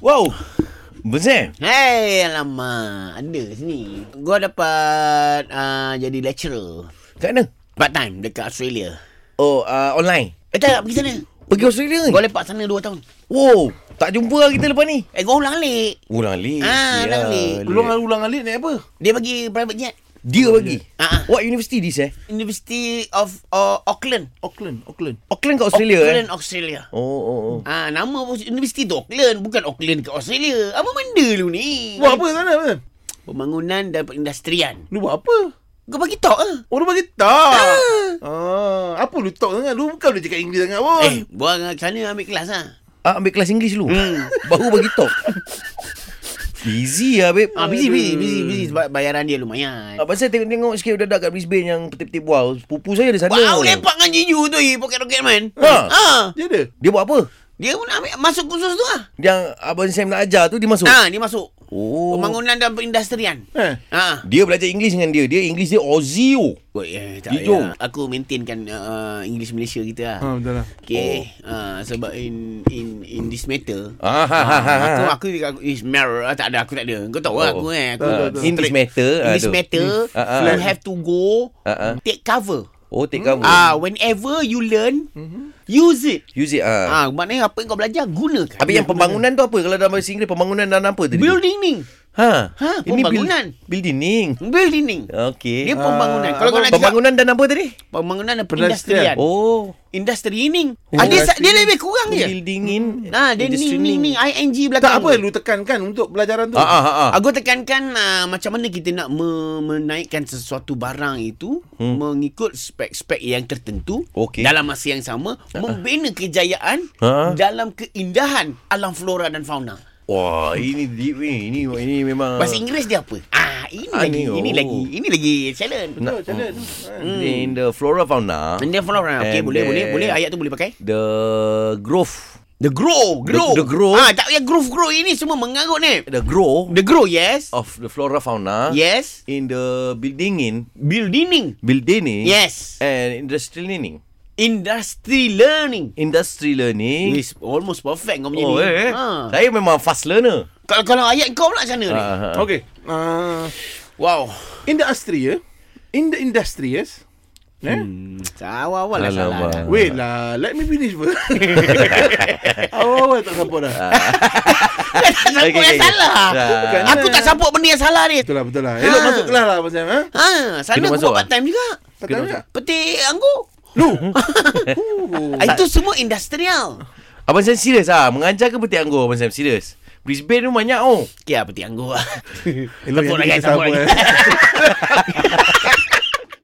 Wow. Besar. Hei, alamak. Ada sini. Gua dapat uh, jadi lecturer. Kat mana? Part time dekat Australia. Oh, uh, online. Eh tak, pergi sana. Pergi Australia ni? Gua lepak sana 2 tahun. Wow. Tak jumpa lah kita lepas ni. Eh, gua ulang alik. Ulang alik. Ah, ulang alik. Ulang ulang alik naik apa? Dia bagi private jet. Dia bagi. Ah, ah. What university this eh? University of uh, Auckland. Auckland, Auckland. Auckland kat Australia Auckland, eh? Australia. Oh, oh, oh. Ah, nama pun universiti tu Auckland, bukan Auckland kat Australia. Apa benda lu ni? Buat apa sana man? Pembangunan dan perindustrian. Lu buat apa? Kau bagi tahu ah. Oh lu bagi tak? Ah, apa lu talk sangat? Lu bukan boleh cakap Inggeris sangat pun. Eh, buang kat sana ambil kelas ah. Ah, ambil kelas Inggeris dulu. Hmm. Baru bagi talk. Busy lah, babe. Ah, busy, busy, busy, busy sebab bayaran dia lumayan. Ah, pasal tengok-tengok sikit budak-budak kat Brisbane yang petik-petik buah. Pupu saya ada sana. Wow, lepak dengan Jiju tu, eh, poket-roket man. Ha. Ha. Dia ada. Dia buat apa? Dia pun ambil masuk kursus tu ah. Yang Abang Sam nak ajar tu dia masuk? Ha, dia masuk. Oh. Pembangunan dan perindustrian. Eh. Ha. Dia belajar Inggeris dengan dia. Dia Inggeris dia Aussie. oh. Woi, eh, tak Jujur. payah. Aku maintainkan uh, English Malaysia kita lah. Ha, betul lah. Okay. Oh. Uh, sebab in in in this matter. Ah, ha, ha, ha, aku ha. aku aku is married ah, tak ada aku tak ada. Kau tahu lah Oh. aku eh. Aku Tahu, tahu, tahu. In this matter, In ah, this tu. matter, Hmm. Ah, ah. you have to go Ah, ah. take cover. Oh, Mm-hmm. take cover. Ah, whenever you learn, use it. Use it. Ah. Ah, maknanya apa yang kau belajar gunakan. Habis yang pembangunan tu apa? Kalau dalam bahasa Inggeris, pembangunan dan apa tadi? building ni. Ha. Ha, pembangunan. Ini build, building. Building ni. Okey. Ah. Dia pembangunan. Kalau kau nak cakap Pembangunan dan apa tadi? pembangunan dan perindustrian. Perindustrian. Oh. Industri ni. Ah, dia, sa- dia lebih kurang je. Building in. Nah, dia ni ni ni ing belakang. Tak apa tu. lu tekankan untuk pelajaran tu. Ah, ah, ah, ah. Aku tekankan uh, macam mana kita nak me- menaikkan sesuatu barang itu hmm. mengikut spek-spek yang tertentu Okey. Ah. dalam masa yang sama membina kejayaan Ha? Ah. dalam keindahan alam flora dan fauna. Wah, ini deep ni. Ini ini memang Bahasa Inggeris dia apa? Ah, ini Ah, lagi ni, ini oh. lagi ini lagi challenge. Betul, macam mana tu? Ha. Hmm. in the flora fauna. And then flora. Okey, And boleh boleh then- boleh ayat tu boleh pakai. The growth. The grow, grow. the grow. Ah, tak payah grow grow ini semua mengarut ni. The grow The grow, yes. of the flora fauna. Yes. In the building in Building. building in. Yes. And industrial learning. Industry learning. Industry learning. Is almost perfect kau punya Hmm. Oh, ni. eh. Ha. Saya memang fast learner. Kalau kalau ayat kau pula macam mana ni? Ah, ah, ah. Okey. Ah, Wow. in the industry, eh? In the industry, yes? Eh? Hmm, Awal-awal lah salah. Alamak. dah. Wait lah, let me finish first. Awal-awal tak support dah. Tak Okey, Support yang okey, okey. salah. Dah. Aku tak support benda yang salah ni. Betul lah, betul lah. Elok Ha. masuk kelas lah macam, ha? Ha, sana Kena aku masuk, ah? buat part time juga. Tak tahu tak? Petik anggur. Lu. Ah, Itu semua industrial. Abang Sam serius ah Mengajar ke petik anggur Abang Sam serius Brisbane tu banyak oh Okay lah, petik anggur lah. Elok Support lagi, yang eh. kita support support, lagi. eh.